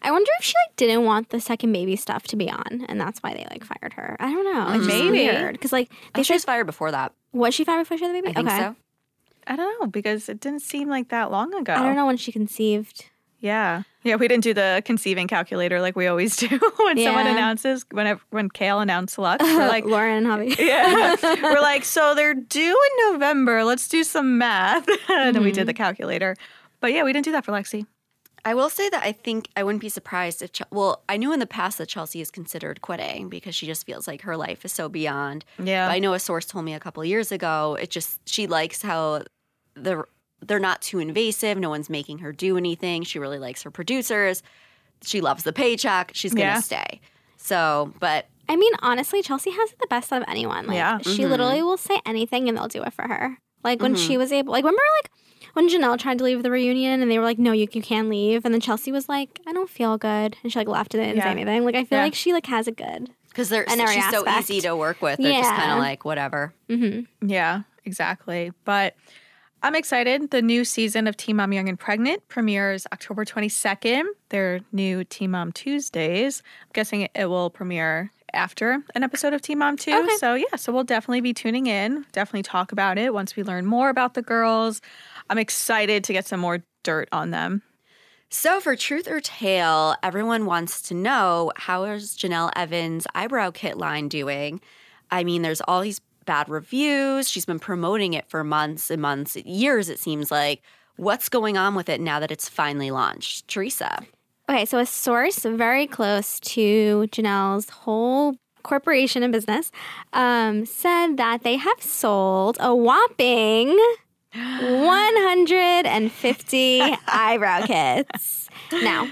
Speaker 2: I wonder if she like didn't want the second baby stuff to be on, and that's why they like fired her. I don't know. It's just
Speaker 1: Maybe.
Speaker 2: weird because like
Speaker 6: I
Speaker 2: they
Speaker 6: think she
Speaker 2: said,
Speaker 6: was fired before that.
Speaker 2: was she fired before she had the
Speaker 6: I
Speaker 2: baby?
Speaker 6: think
Speaker 2: okay,
Speaker 6: so.
Speaker 1: I don't know because it didn't seem like that long ago.
Speaker 6: Oh.
Speaker 2: I don't know when she conceived.
Speaker 1: Yeah. Yeah, we didn't do the conceiving calculator like we always do when someone
Speaker 2: Yeah.
Speaker 1: announces when when Kale announced Lux. We're like
Speaker 2: Like Lauren and Javi.
Speaker 1: yeah. We're like, so they're due in November. Let's do some math. and then we did the
Speaker 2: Mm-hmm.
Speaker 1: calculator. But yeah, we didn't do that for Lexi.
Speaker 6: I will say that I think I wouldn't be surprised if, Chel- well, I knew in the past that Chelsea is considered quitting because she just feels like her life is so beyond.
Speaker 1: Yeah.
Speaker 6: But I know a source told me a couple years ago. It just she likes how the they're not too invasive. No one's making her do anything. She really likes her producers. She loves the paycheck. She's gonna
Speaker 1: Yeah.
Speaker 6: stay. So, but
Speaker 2: I mean, honestly, Chelsea has it the best out of anyone. Like,
Speaker 1: Yeah.
Speaker 2: she literally will say anything and they'll do it for her. Like, when she was able, like, remember, like, when Janelle tried to leave the reunion and they were like, no, you, you can leave. And then Chelsea was like, I don't feel good. And she, like, left and didn't
Speaker 1: Yeah.
Speaker 2: say anything. Like, I feel
Speaker 1: Yeah.
Speaker 2: like she, like, has it good.
Speaker 6: because they're
Speaker 2: And every
Speaker 6: she's so
Speaker 2: aspect.
Speaker 6: easy to work with, they're just
Speaker 2: Yeah.
Speaker 6: kind of like whatever.
Speaker 1: Yeah, exactly. But I'm excited. The new season of Team Mom Young and Pregnant premieres October 22nd. Their new Team Mom Tuesdays. I'm guessing it will premiere after an episode of Team Mom 2. So, yeah, so we'll definitely be tuning in. Definitely talk about it once we learn more about the girls. I'm excited to get some more dirt on them.
Speaker 6: So, for truth or tale, everyone wants to know how is Janelle Evans' eyebrow kit line doing? I mean, there's all these bad reviews. She's been promoting it for months and months, years, it seems like. What's going on with it now that it's finally launched? Teresa.
Speaker 2: Okay, so a source very close to Janelle's whole corporation and business um, said that they have sold a whopping 150 eyebrow kits. Now,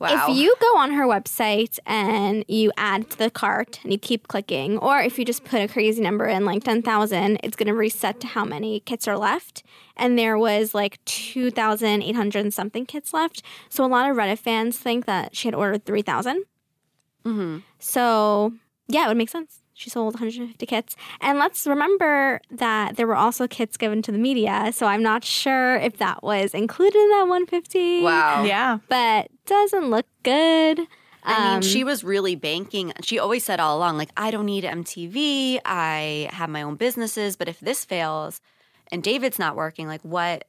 Speaker 6: Wow.
Speaker 2: If you go on her website and you add to the cart and you keep clicking, or if you just put a crazy number in, like 10,000, it's going to reset to how many kits are left. And there was like 2,800 and something kits left. So a lot of Reddit fans think that she had ordered 3,000.
Speaker 6: Mhm.
Speaker 2: So yeah, it would make sense. She sold 150 kits. And let's remember that there were also kits given to the media. So I'm not sure if that was included in that 150
Speaker 6: Wow.
Speaker 1: Yeah.
Speaker 2: but doesn't look good.
Speaker 6: I mean,
Speaker 2: Um,
Speaker 6: she was really banking. She always said all along, like, I don't need MTV. I have my own businesses. But if this fails and David's not working, like, what,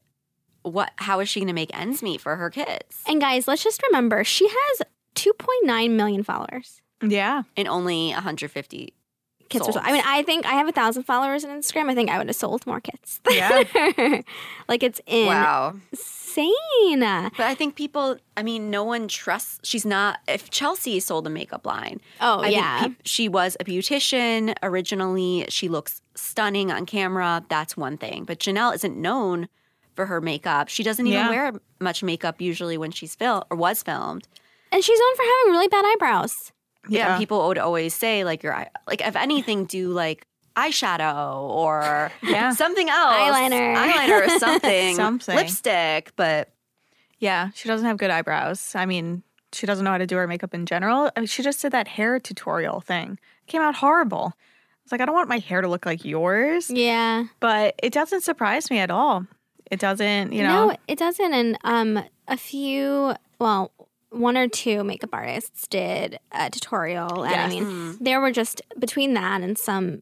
Speaker 6: what, how is she going to make ends meet for her kids?
Speaker 2: and guys, let's just remember she has 2.9 million followers.
Speaker 1: Yeah.
Speaker 6: And only 150
Speaker 2: Kids were
Speaker 6: Sold.
Speaker 2: sold. I mean, I think I have a thousand followers on Instagram. I think I would have sold more kits.
Speaker 1: Yeah.
Speaker 2: like it's insane.
Speaker 6: Wow.
Speaker 2: Oh,
Speaker 6: But I think people, I mean, no one trusts. She's not, if Chelsea sold a makeup line,
Speaker 1: Oh,
Speaker 6: I think
Speaker 2: yeah.
Speaker 6: peop- she was a beautician originally. She looks stunning on camera. That's one thing. But Janelle isn't known for her makeup. She doesn't even
Speaker 1: Yeah.
Speaker 6: wear much makeup usually when she's filmed or was filmed.
Speaker 2: and she's known for having really bad eyebrows.
Speaker 1: Yeah.
Speaker 6: And people would always say, like, your eye, like, if anything, do like eyeshadow or
Speaker 1: Yeah.
Speaker 6: something else.
Speaker 2: Eyeliner.
Speaker 6: Eyeliner or something.
Speaker 1: Something.
Speaker 6: Lipstick. But
Speaker 1: Yeah, she doesn't have good eyebrows. I mean, she doesn't know how to do her makeup in general. I mean, she just did that hair tutorial thing. It came out horrible. I was like, I don't want my hair to look like yours,
Speaker 2: Yeah.
Speaker 1: but it doesn't surprise me at all. It doesn't, you know.
Speaker 2: No, it doesn't. And um, a few, well, one or two makeup artists did a tutorial, and I
Speaker 1: Yes. Mm-hmm.
Speaker 2: mean, there were just between that and some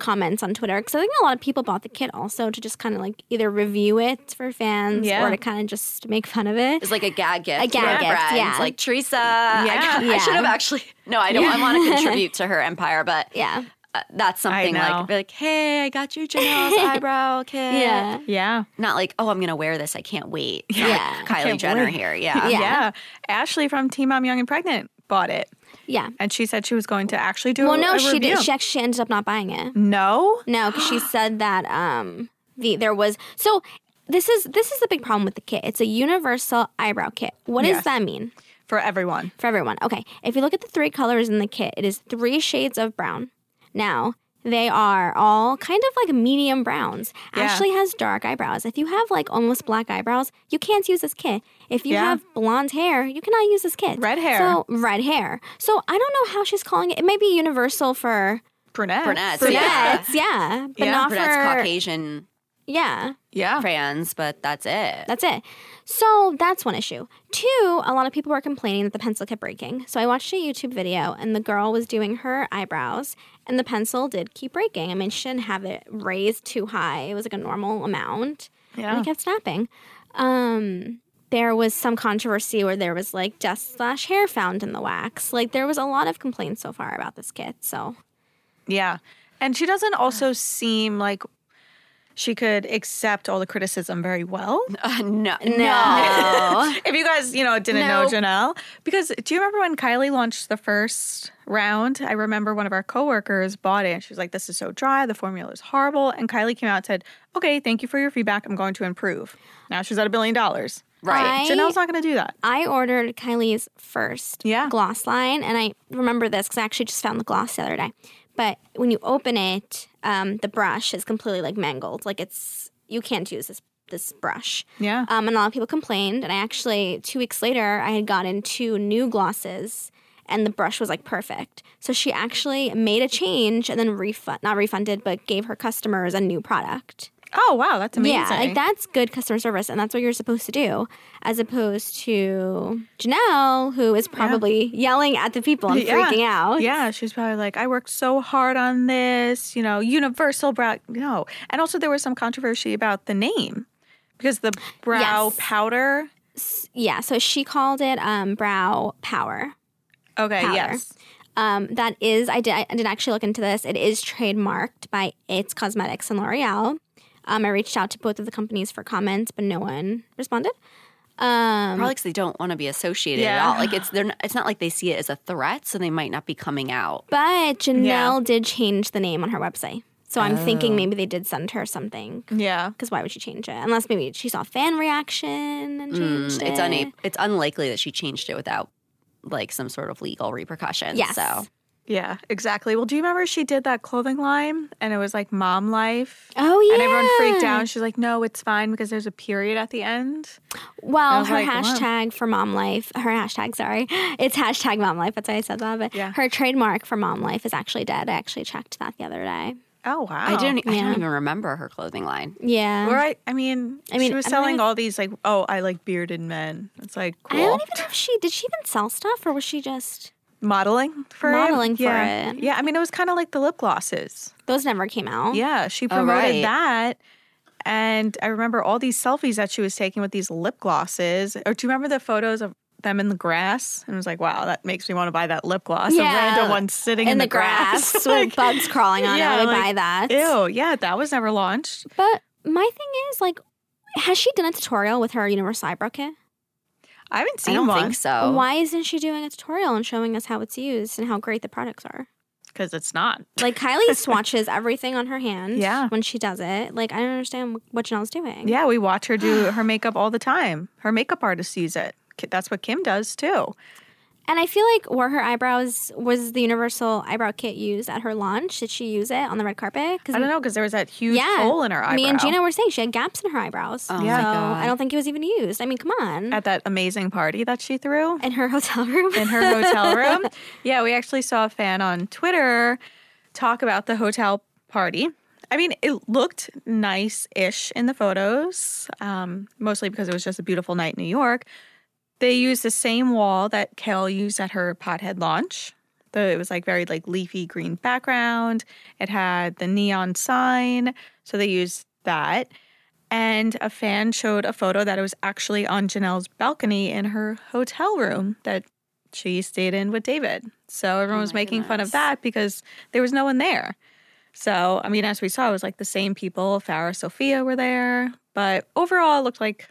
Speaker 2: comments on Twitter because I think a lot of people bought the kit also to just kind of like either review it for fans
Speaker 1: Yeah.
Speaker 2: or to kind of just make fun of it.
Speaker 6: it's like a gag gift.
Speaker 2: A
Speaker 6: to her
Speaker 2: gag gift,
Speaker 6: friends.
Speaker 2: yeah.
Speaker 6: Like, Teresa. I
Speaker 1: Yeah.
Speaker 6: got- I,
Speaker 2: Yeah.
Speaker 6: should have actually, no, I don't. I want to contribute to her empire, but
Speaker 2: Yeah,
Speaker 6: uh, that's something
Speaker 1: know.
Speaker 6: like, be like, hey, I got you Janelle's eyebrow
Speaker 1: Uh,
Speaker 6: kit.
Speaker 2: yeah,
Speaker 1: yeah.
Speaker 6: Not like, oh, I'm going to wear this. I can't wait.
Speaker 2: Yeah.
Speaker 6: Kylie
Speaker 1: Can't
Speaker 6: Jenner
Speaker 1: wait.
Speaker 6: here. Yeah.
Speaker 2: Yeah.
Speaker 1: yeah, Ashley from Team Mom Young and Pregnant bought it,
Speaker 2: yeah.
Speaker 1: and she said she was going to actually do.
Speaker 2: Well,
Speaker 1: a,
Speaker 2: no,
Speaker 1: a
Speaker 2: she
Speaker 1: review.
Speaker 2: did. She actually ended up not buying it.
Speaker 1: no.
Speaker 2: No, because she said that um the there was so this is this is the big problem with the kit. It's a universal eyebrow kit. What does
Speaker 1: Yes.
Speaker 2: that mean?
Speaker 1: for everyone.
Speaker 2: for everyone. Okay, if you look at the three colors in the kit, it is three shades of brown. Now, they are all kind of like medium browns.
Speaker 1: Yeah.
Speaker 2: Ashley has dark eyebrows. If you have like almost black eyebrows, you can't use this kit. If you
Speaker 1: Yeah.
Speaker 2: have blonde hair, you cannot use this kit.
Speaker 1: Red hair.
Speaker 2: So, red hair. So, I don't know how she's calling it. It may be universal for
Speaker 1: Brunette.
Speaker 6: Brunettes. Yeah.
Speaker 2: brunettes, yeah, but
Speaker 1: Yeah,
Speaker 2: not
Speaker 6: Brunettes,
Speaker 2: for
Speaker 6: Caucasian
Speaker 2: yeah.
Speaker 1: Yeah.
Speaker 6: fans, but that's it.
Speaker 2: That's it. So that's one issue. Two, a lot of people were complaining that the pencil kept breaking. So I watched a YouTube video and the girl was doing her eyebrows and the pencil did keep breaking. I mean, she didn't have it raised too high. It was like a normal amount. And
Speaker 1: Yeah.
Speaker 2: it kept snapping. Um there was some controversy where there was like dust slash hair found in the wax. Like there was a lot of complaints so far about this kit. So
Speaker 1: Yeah. And she doesn't also seem like she could accept all the criticism very well.
Speaker 6: Uh, no.
Speaker 2: no,
Speaker 1: If you guys, you know, didn't
Speaker 2: Nope.
Speaker 1: know Janelle, because do you remember when Kylie launched the first round? I remember one of our coworkers bought it and she was like, This is so dry, the formula is horrible. And Kylie came out and said, Okay, thank you for your feedback. I'm going to improve. Now she's at a billion dollars.
Speaker 6: Right.
Speaker 2: I-
Speaker 1: Janelle's not gonna do that.
Speaker 2: I ordered Kylie's first
Speaker 1: Yeah.
Speaker 2: gloss line, and I remember this because I actually just found the gloss the other day. But when you open it, um, the brush is completely like mangled. Like it's you can't use this this brush.
Speaker 1: Yeah.
Speaker 2: Um, and a lot of people complained. And I actually two weeks later, I had gotten two new glosses, and the brush was like perfect. So she actually made a change and then refund not refunded, but gave her customers a new product.
Speaker 1: Oh wow, that's amazing.
Speaker 2: Yeah, like that's good customer service, and that's what you're supposed to do, as opposed to Janelle, who is probably yelling at the people and
Speaker 1: Yeah.
Speaker 2: freaking out.
Speaker 1: Yeah, she's probably like, I worked so hard on this, you know, universal brow. No. And also, there was some controversy about the name because the brow
Speaker 2: Yes.
Speaker 1: powder.
Speaker 2: Yeah, So she called it um, brow power.
Speaker 1: Okay,
Speaker 2: Powder.
Speaker 1: yes.
Speaker 2: Um, that is, I did, I did actually look into this. It is trademarked by It's Cosmetics and L'Oreal. Um, I reached out to both of the companies for comments, but no one responded. Um,
Speaker 6: Probably 'cause they don't want to be associated
Speaker 1: Yeah.
Speaker 6: at all. Like it's they're not, it's not like they see it as a threat, so they might not be coming out.
Speaker 2: but Janelle
Speaker 1: Yeah. Oh.
Speaker 2: did change the name on her website. So I'm thinking maybe they did send her something
Speaker 1: Yeah.
Speaker 2: Because why would she change it? Unless maybe she saw fan reaction and
Speaker 6: Mm,
Speaker 2: changed it.
Speaker 6: it's una- it's unlikely that she changed it without like some sort of legal repercussions.
Speaker 2: Yes.
Speaker 6: So
Speaker 1: Yeah, exactly. Well, do you remember she did that clothing line and it was like mom life?
Speaker 2: Oh yeah.
Speaker 1: And everyone freaked out. She's like, no, it's fine because there's a period at the end. I
Speaker 2: Well,
Speaker 1: was
Speaker 2: her
Speaker 1: like, what?
Speaker 2: hashtag for mom life, her hashtag, sorry, it's hashtag mom life. That's why I said that. But
Speaker 1: Yeah.
Speaker 2: her trademark for mom life is actually dead. I actually checked that the other day.
Speaker 1: Oh, wow.
Speaker 6: I didn't. I
Speaker 2: yeah.
Speaker 6: don't even remember her clothing line.
Speaker 2: Yeah.
Speaker 1: Or I, I mean,
Speaker 2: I mean,
Speaker 1: she was
Speaker 2: I don't
Speaker 1: selling
Speaker 2: know
Speaker 1: all these like, oh, I like bearded men. It's like
Speaker 2: I
Speaker 1: cool.
Speaker 2: don't even know if she did. She even sell stuff, or was she just
Speaker 1: modeling for
Speaker 2: Modeling
Speaker 1: it.
Speaker 2: for
Speaker 1: yeah.
Speaker 2: it. Oh.
Speaker 1: Yeah, I mean, it was kind of like the lip glosses.
Speaker 2: those never came out?
Speaker 1: Yeah, she promoted
Speaker 6: right.
Speaker 1: that. And I remember all these selfies that she was taking with these lip glosses. Or do you remember the photos of them in the grass? And it was like, wow, that makes me want to buy that lip gloss. A
Speaker 2: Yeah.
Speaker 1: random one sitting
Speaker 2: In,
Speaker 1: in,
Speaker 2: the, grass, with bugs crawling on
Speaker 1: yeah,
Speaker 2: it. I would
Speaker 1: like,
Speaker 2: buy that.
Speaker 1: Ew, yeah, that was never launched.
Speaker 2: But my thing is, like, has she done a tutorial with her Universal Eyebrow Kit?
Speaker 1: I haven't
Speaker 6: I
Speaker 1: seen
Speaker 6: don't
Speaker 1: one
Speaker 6: think so.
Speaker 2: Why isn't she doing a tutorial and showing us how it's used and how great the products are?
Speaker 1: because it's not.
Speaker 2: Like Kylie swatches everything on her hand.
Speaker 1: Yeah.
Speaker 2: When she does it, like I don't understand wh- what Janelle's doing.
Speaker 1: Yeah, we watch her do her makeup all the time. Her makeup artist sees it. Ki- That's what Kim does too.
Speaker 2: And I feel like were her eyebrows was the universal eyebrow kit used at her launch? Did she use it on the red carpet?
Speaker 1: I don't know because there was that huge hole in her eyebrow.
Speaker 2: Me and Gina were saying she had gaps in her eyebrows.
Speaker 6: Oh my
Speaker 2: so
Speaker 6: God.
Speaker 2: I don't think it was even used. I mean, come on.
Speaker 1: at that amazing party that she threw.
Speaker 2: in her hotel room.
Speaker 1: in her hotel room. Yeah, we actually saw a fan on Twitter talk about the hotel party. I mean, it looked nice ish in the photos, um, mostly because it was just a beautiful night in New York. They used the same wall that Kale used at her pothead launch. Though it was like very like leafy green background. It had the neon sign. So they used that. And a fan showed a photo that it was actually on Janelle's balcony in her hotel room that she stayed in with David. So
Speaker 2: Oh
Speaker 1: everyone was making fun of that because there was no one there. So, I mean, as we saw, it was like the same people. Farrah, Sophia were there. But overall, it looked like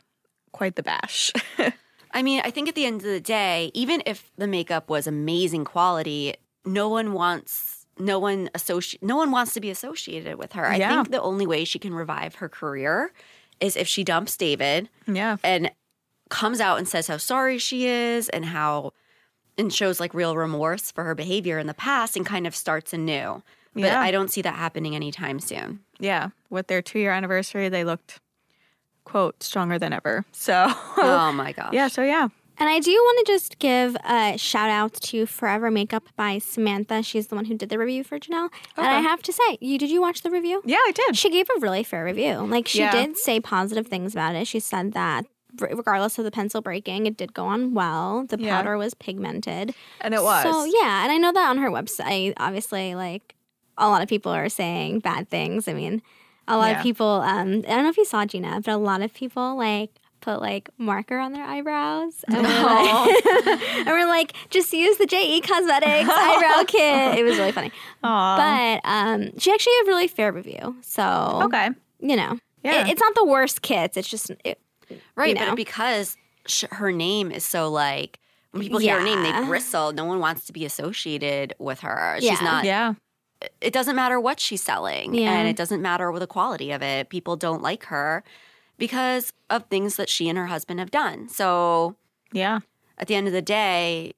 Speaker 1: quite the bash.
Speaker 6: I mean, I think at the end of the day, even if the makeup was amazing quality, no one wants no one associ- no one wants to be associated with her. I
Speaker 1: Yeah.
Speaker 6: think the only way she can revive her career is if she dumps David
Speaker 1: yeah.
Speaker 6: and comes out and says how sorry she is and how and shows like real remorse for her behavior in the past and kind of starts anew. But
Speaker 1: Yeah.
Speaker 6: I don't see that happening anytime soon.
Speaker 1: Yeah. With their two year anniversary, they looked, quote, stronger than ever. So,
Speaker 6: Oh my gosh.
Speaker 1: yeah. So, yeah.
Speaker 2: And I do want to just give a shout out to Forever Makeup by Samantha. She's the one who did the review for Janelle. And I have to say, you did you watch the review?
Speaker 1: Yeah, I did.
Speaker 2: She gave a really fair review. Like she
Speaker 1: Yeah.
Speaker 2: did say positive things about it. She said that r- regardless of the pencil breaking, it did go on well. The
Speaker 1: Yeah.
Speaker 2: powder was pigmented.
Speaker 1: And it was.
Speaker 2: So yeah, and I know that on her website, obviously, like a lot of people are saying bad things. I mean, a lot
Speaker 1: Yeah.
Speaker 2: of people. Um, I don't know if you saw Gina, but a lot of people like put like marker on their eyebrows, and we're like, and we're like just use the JE Cosmetics eyebrow kit. It was really funny.
Speaker 1: Aw.
Speaker 2: But um, she actually had a really fair review. So
Speaker 1: okay.
Speaker 2: you know,
Speaker 1: Yeah.
Speaker 2: it, it's not the worst kits. It's just it,
Speaker 6: Right,
Speaker 2: know?
Speaker 6: but because sh- her name is so like when people hear her name,
Speaker 2: Yeah.
Speaker 6: they bristle. No one wants to be associated with her. She's
Speaker 2: Yeah.
Speaker 6: not.
Speaker 1: Yeah.
Speaker 6: It doesn't matter what she's selling,
Speaker 2: Yeah.
Speaker 6: and it doesn't matter the quality of it. People don't like her because of things that she and her husband have done. So
Speaker 1: Yeah.
Speaker 6: at the end of the day.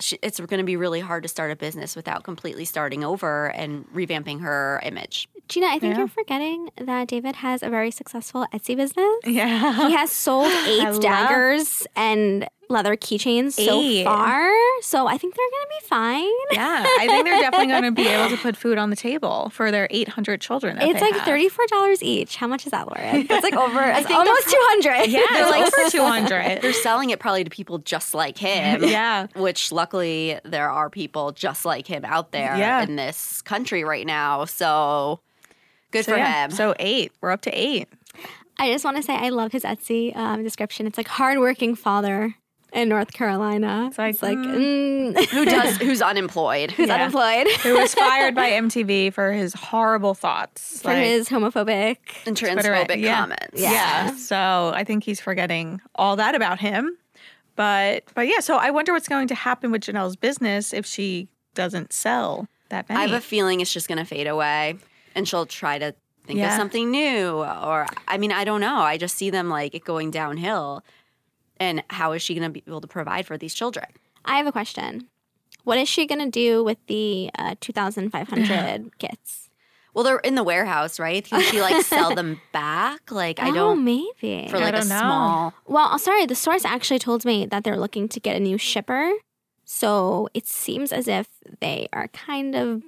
Speaker 6: She, it's going to be really hard to start a business without completely starting over and revamping her image.
Speaker 2: Gina. I think
Speaker 1: Yeah.
Speaker 2: you're forgetting that David has a very successful Etsy business.
Speaker 1: Yeah.
Speaker 2: He has sold
Speaker 1: I
Speaker 2: eight
Speaker 1: love-
Speaker 2: daggers and leather keychains
Speaker 1: Eight.
Speaker 2: so far. So I think they're going to be fine.
Speaker 1: Yeah, I think they're definitely going to be able to put food on the table for their 800 children. that
Speaker 2: It's
Speaker 1: they
Speaker 2: like
Speaker 1: have.
Speaker 2: $34 each. How much is that, Lauren? That's like over, it's
Speaker 6: think
Speaker 2: almost 200
Speaker 1: Yeah, it's like over 200.
Speaker 6: They're selling it probably to people just like him.
Speaker 1: Yeah.
Speaker 6: which luckily there are people just like him out there
Speaker 1: Yeah.
Speaker 6: in this country right now. So good
Speaker 1: So,
Speaker 6: for
Speaker 1: yeah.
Speaker 6: him.
Speaker 1: So eight. We're up to eight.
Speaker 2: I just want to say I love his Etsy um, description. It's like hardworking father in North Carolina. It's
Speaker 1: like,
Speaker 2: mm,
Speaker 6: who does who's unemployed?
Speaker 2: who's
Speaker 1: Yeah.
Speaker 2: unemployed
Speaker 1: Who was fired by MTV for his horrible thoughts.
Speaker 2: for
Speaker 1: like,
Speaker 2: his homophobic.
Speaker 6: and
Speaker 1: Twitter-
Speaker 6: transphobic
Speaker 1: yeah.
Speaker 6: comments.
Speaker 1: Yeah. So I think he's forgetting all that about him. But but yeah, so I wonder what's going to happen with Janelle's business if she doesn't sell that many.
Speaker 6: I have a feeling it's just gonna fade away and she'll try to think
Speaker 1: Yeah.
Speaker 6: of something new. Or I mean, I don't know. I just see them like it going downhill. And how is she gonna be able to provide for these children?
Speaker 2: I have a question. What is she going to do with the uh, 2,500 kits?
Speaker 6: Well, they're in the warehouse, right? Can she like sell them back? Like I
Speaker 2: Oh,
Speaker 6: don't
Speaker 2: maybe.
Speaker 6: for like a
Speaker 1: don't know.
Speaker 6: small.
Speaker 2: well, oh, sorry. The source actually told me that they're looking to get a new shipper. So it seems as if they are kind of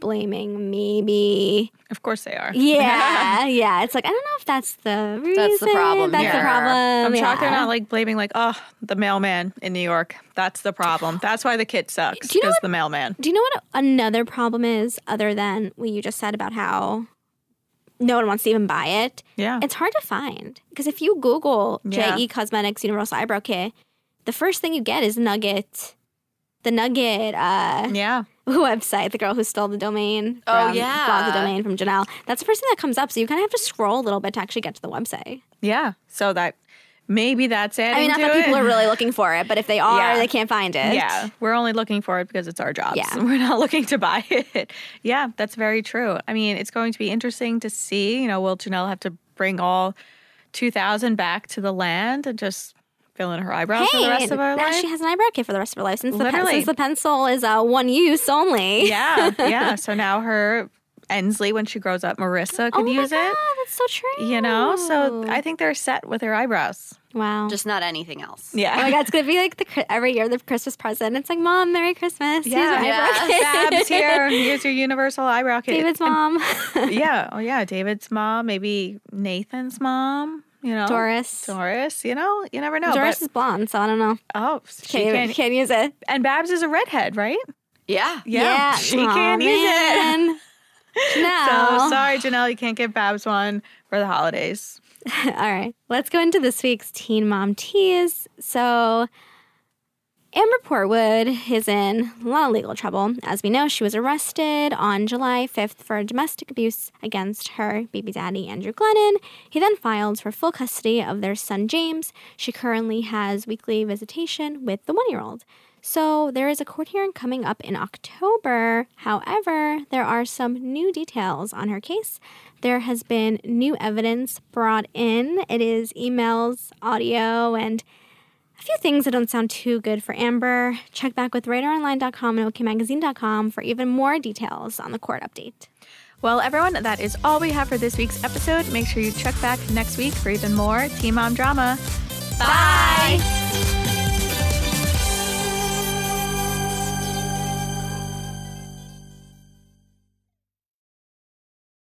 Speaker 2: blaming maybe.
Speaker 1: Of course they are.
Speaker 2: Yeah, yeah. It's like, I don't know if that's the reason.
Speaker 6: That's the problem
Speaker 2: That's the
Speaker 6: here.
Speaker 2: problem.
Speaker 1: I'm shocked they're
Speaker 2: yeah.
Speaker 1: not like blaming like, oh, the mailman in New York. That's the problem. That's why the kid sucks.
Speaker 2: Do you know
Speaker 1: Because the mailman.
Speaker 2: Do you know what another problem is other than what you just said about how no one wants to even buy it?
Speaker 1: Yeah.
Speaker 2: It's hard to find because if you Google
Speaker 1: Yeah.
Speaker 2: JE Cosmetics Universal Eyebrow Kit, the first thing you get is Nugget, the Nugget uh,
Speaker 1: yeah.
Speaker 2: website, the girl who stole the domain.
Speaker 6: Oh,
Speaker 2: from-
Speaker 6: yeah.
Speaker 2: bought the domain from Janelle. That's the first thing that comes up. So you kind of have to scroll a little bit to actually get to the website.
Speaker 1: Yeah. So that maybe that's it.
Speaker 2: I mean, not that people are really looking for it, but if they are,
Speaker 1: Yeah.
Speaker 2: they can't find it.
Speaker 1: Yeah, we're only looking for it because it's our jobs.
Speaker 2: Yeah.
Speaker 1: We're not looking to buy it. Yeah, that's very true. I mean, it's going to be interesting to see. You know, will Janelle have to bring all 2,000 back to the land and just fill in her eyebrows for the rest of our
Speaker 2: now
Speaker 1: life?
Speaker 2: she has an eyebrow kit for the rest of her life since the, pen,
Speaker 1: Literally.
Speaker 2: since the pencil is uh, one use only.
Speaker 1: yeah, yeah. So now her Ensley, when she grows up, Marissa
Speaker 2: oh
Speaker 1: can
Speaker 2: my
Speaker 1: use
Speaker 2: God,
Speaker 1: it.
Speaker 2: That's so true.
Speaker 1: You know, so I think they're set with her eyebrows.
Speaker 2: wow.
Speaker 6: Just not anything else.
Speaker 2: oh my
Speaker 1: Yeah.
Speaker 2: God, it's gonna be like the Chri- every year the Christmas present. It's like, Mom, Merry Christmas. Here's your
Speaker 1: Yeah.
Speaker 2: eyebrow kit."
Speaker 1: Fab's here. Here's your universal eyebrow kit.
Speaker 2: David's mom,
Speaker 1: yeah. Oh, yeah. David's mom, maybe Nathan's mom. You know,
Speaker 2: Doris.
Speaker 1: Doris. You know, you never know.
Speaker 2: Doris
Speaker 1: but-
Speaker 2: is blonde, so I don't know.
Speaker 1: oh, she
Speaker 2: Can't, even,
Speaker 1: can.
Speaker 2: can't use it.
Speaker 1: And Babs is a redhead, right?
Speaker 6: Yeah.
Speaker 1: she can use it.
Speaker 2: it. No.
Speaker 1: So sorry, Janelle, you can't give Babs one for the holidays.
Speaker 2: All right, let's go into this week's Teen Mom Tease. So, Amber Portwood is in a lot of legal trouble. As we know, she was arrested on July 5th for domestic abuse against her baby daddy, Andrew Glennon. He then filed for full custody of their son, James. She currently has weekly visitation with the one year old. So, there is a court hearing coming up in October. However, there are some new details on her case. There has been new evidence brought in. It is emails, audio, and a few things that don't sound too good for Amber. Check back with radaronline.com and okmagazine.com for even more details on the court update.
Speaker 1: Well, everyone, that is all we have for this week's episode. Make sure you check back next week for even more Team Mom drama.
Speaker 6: Bye.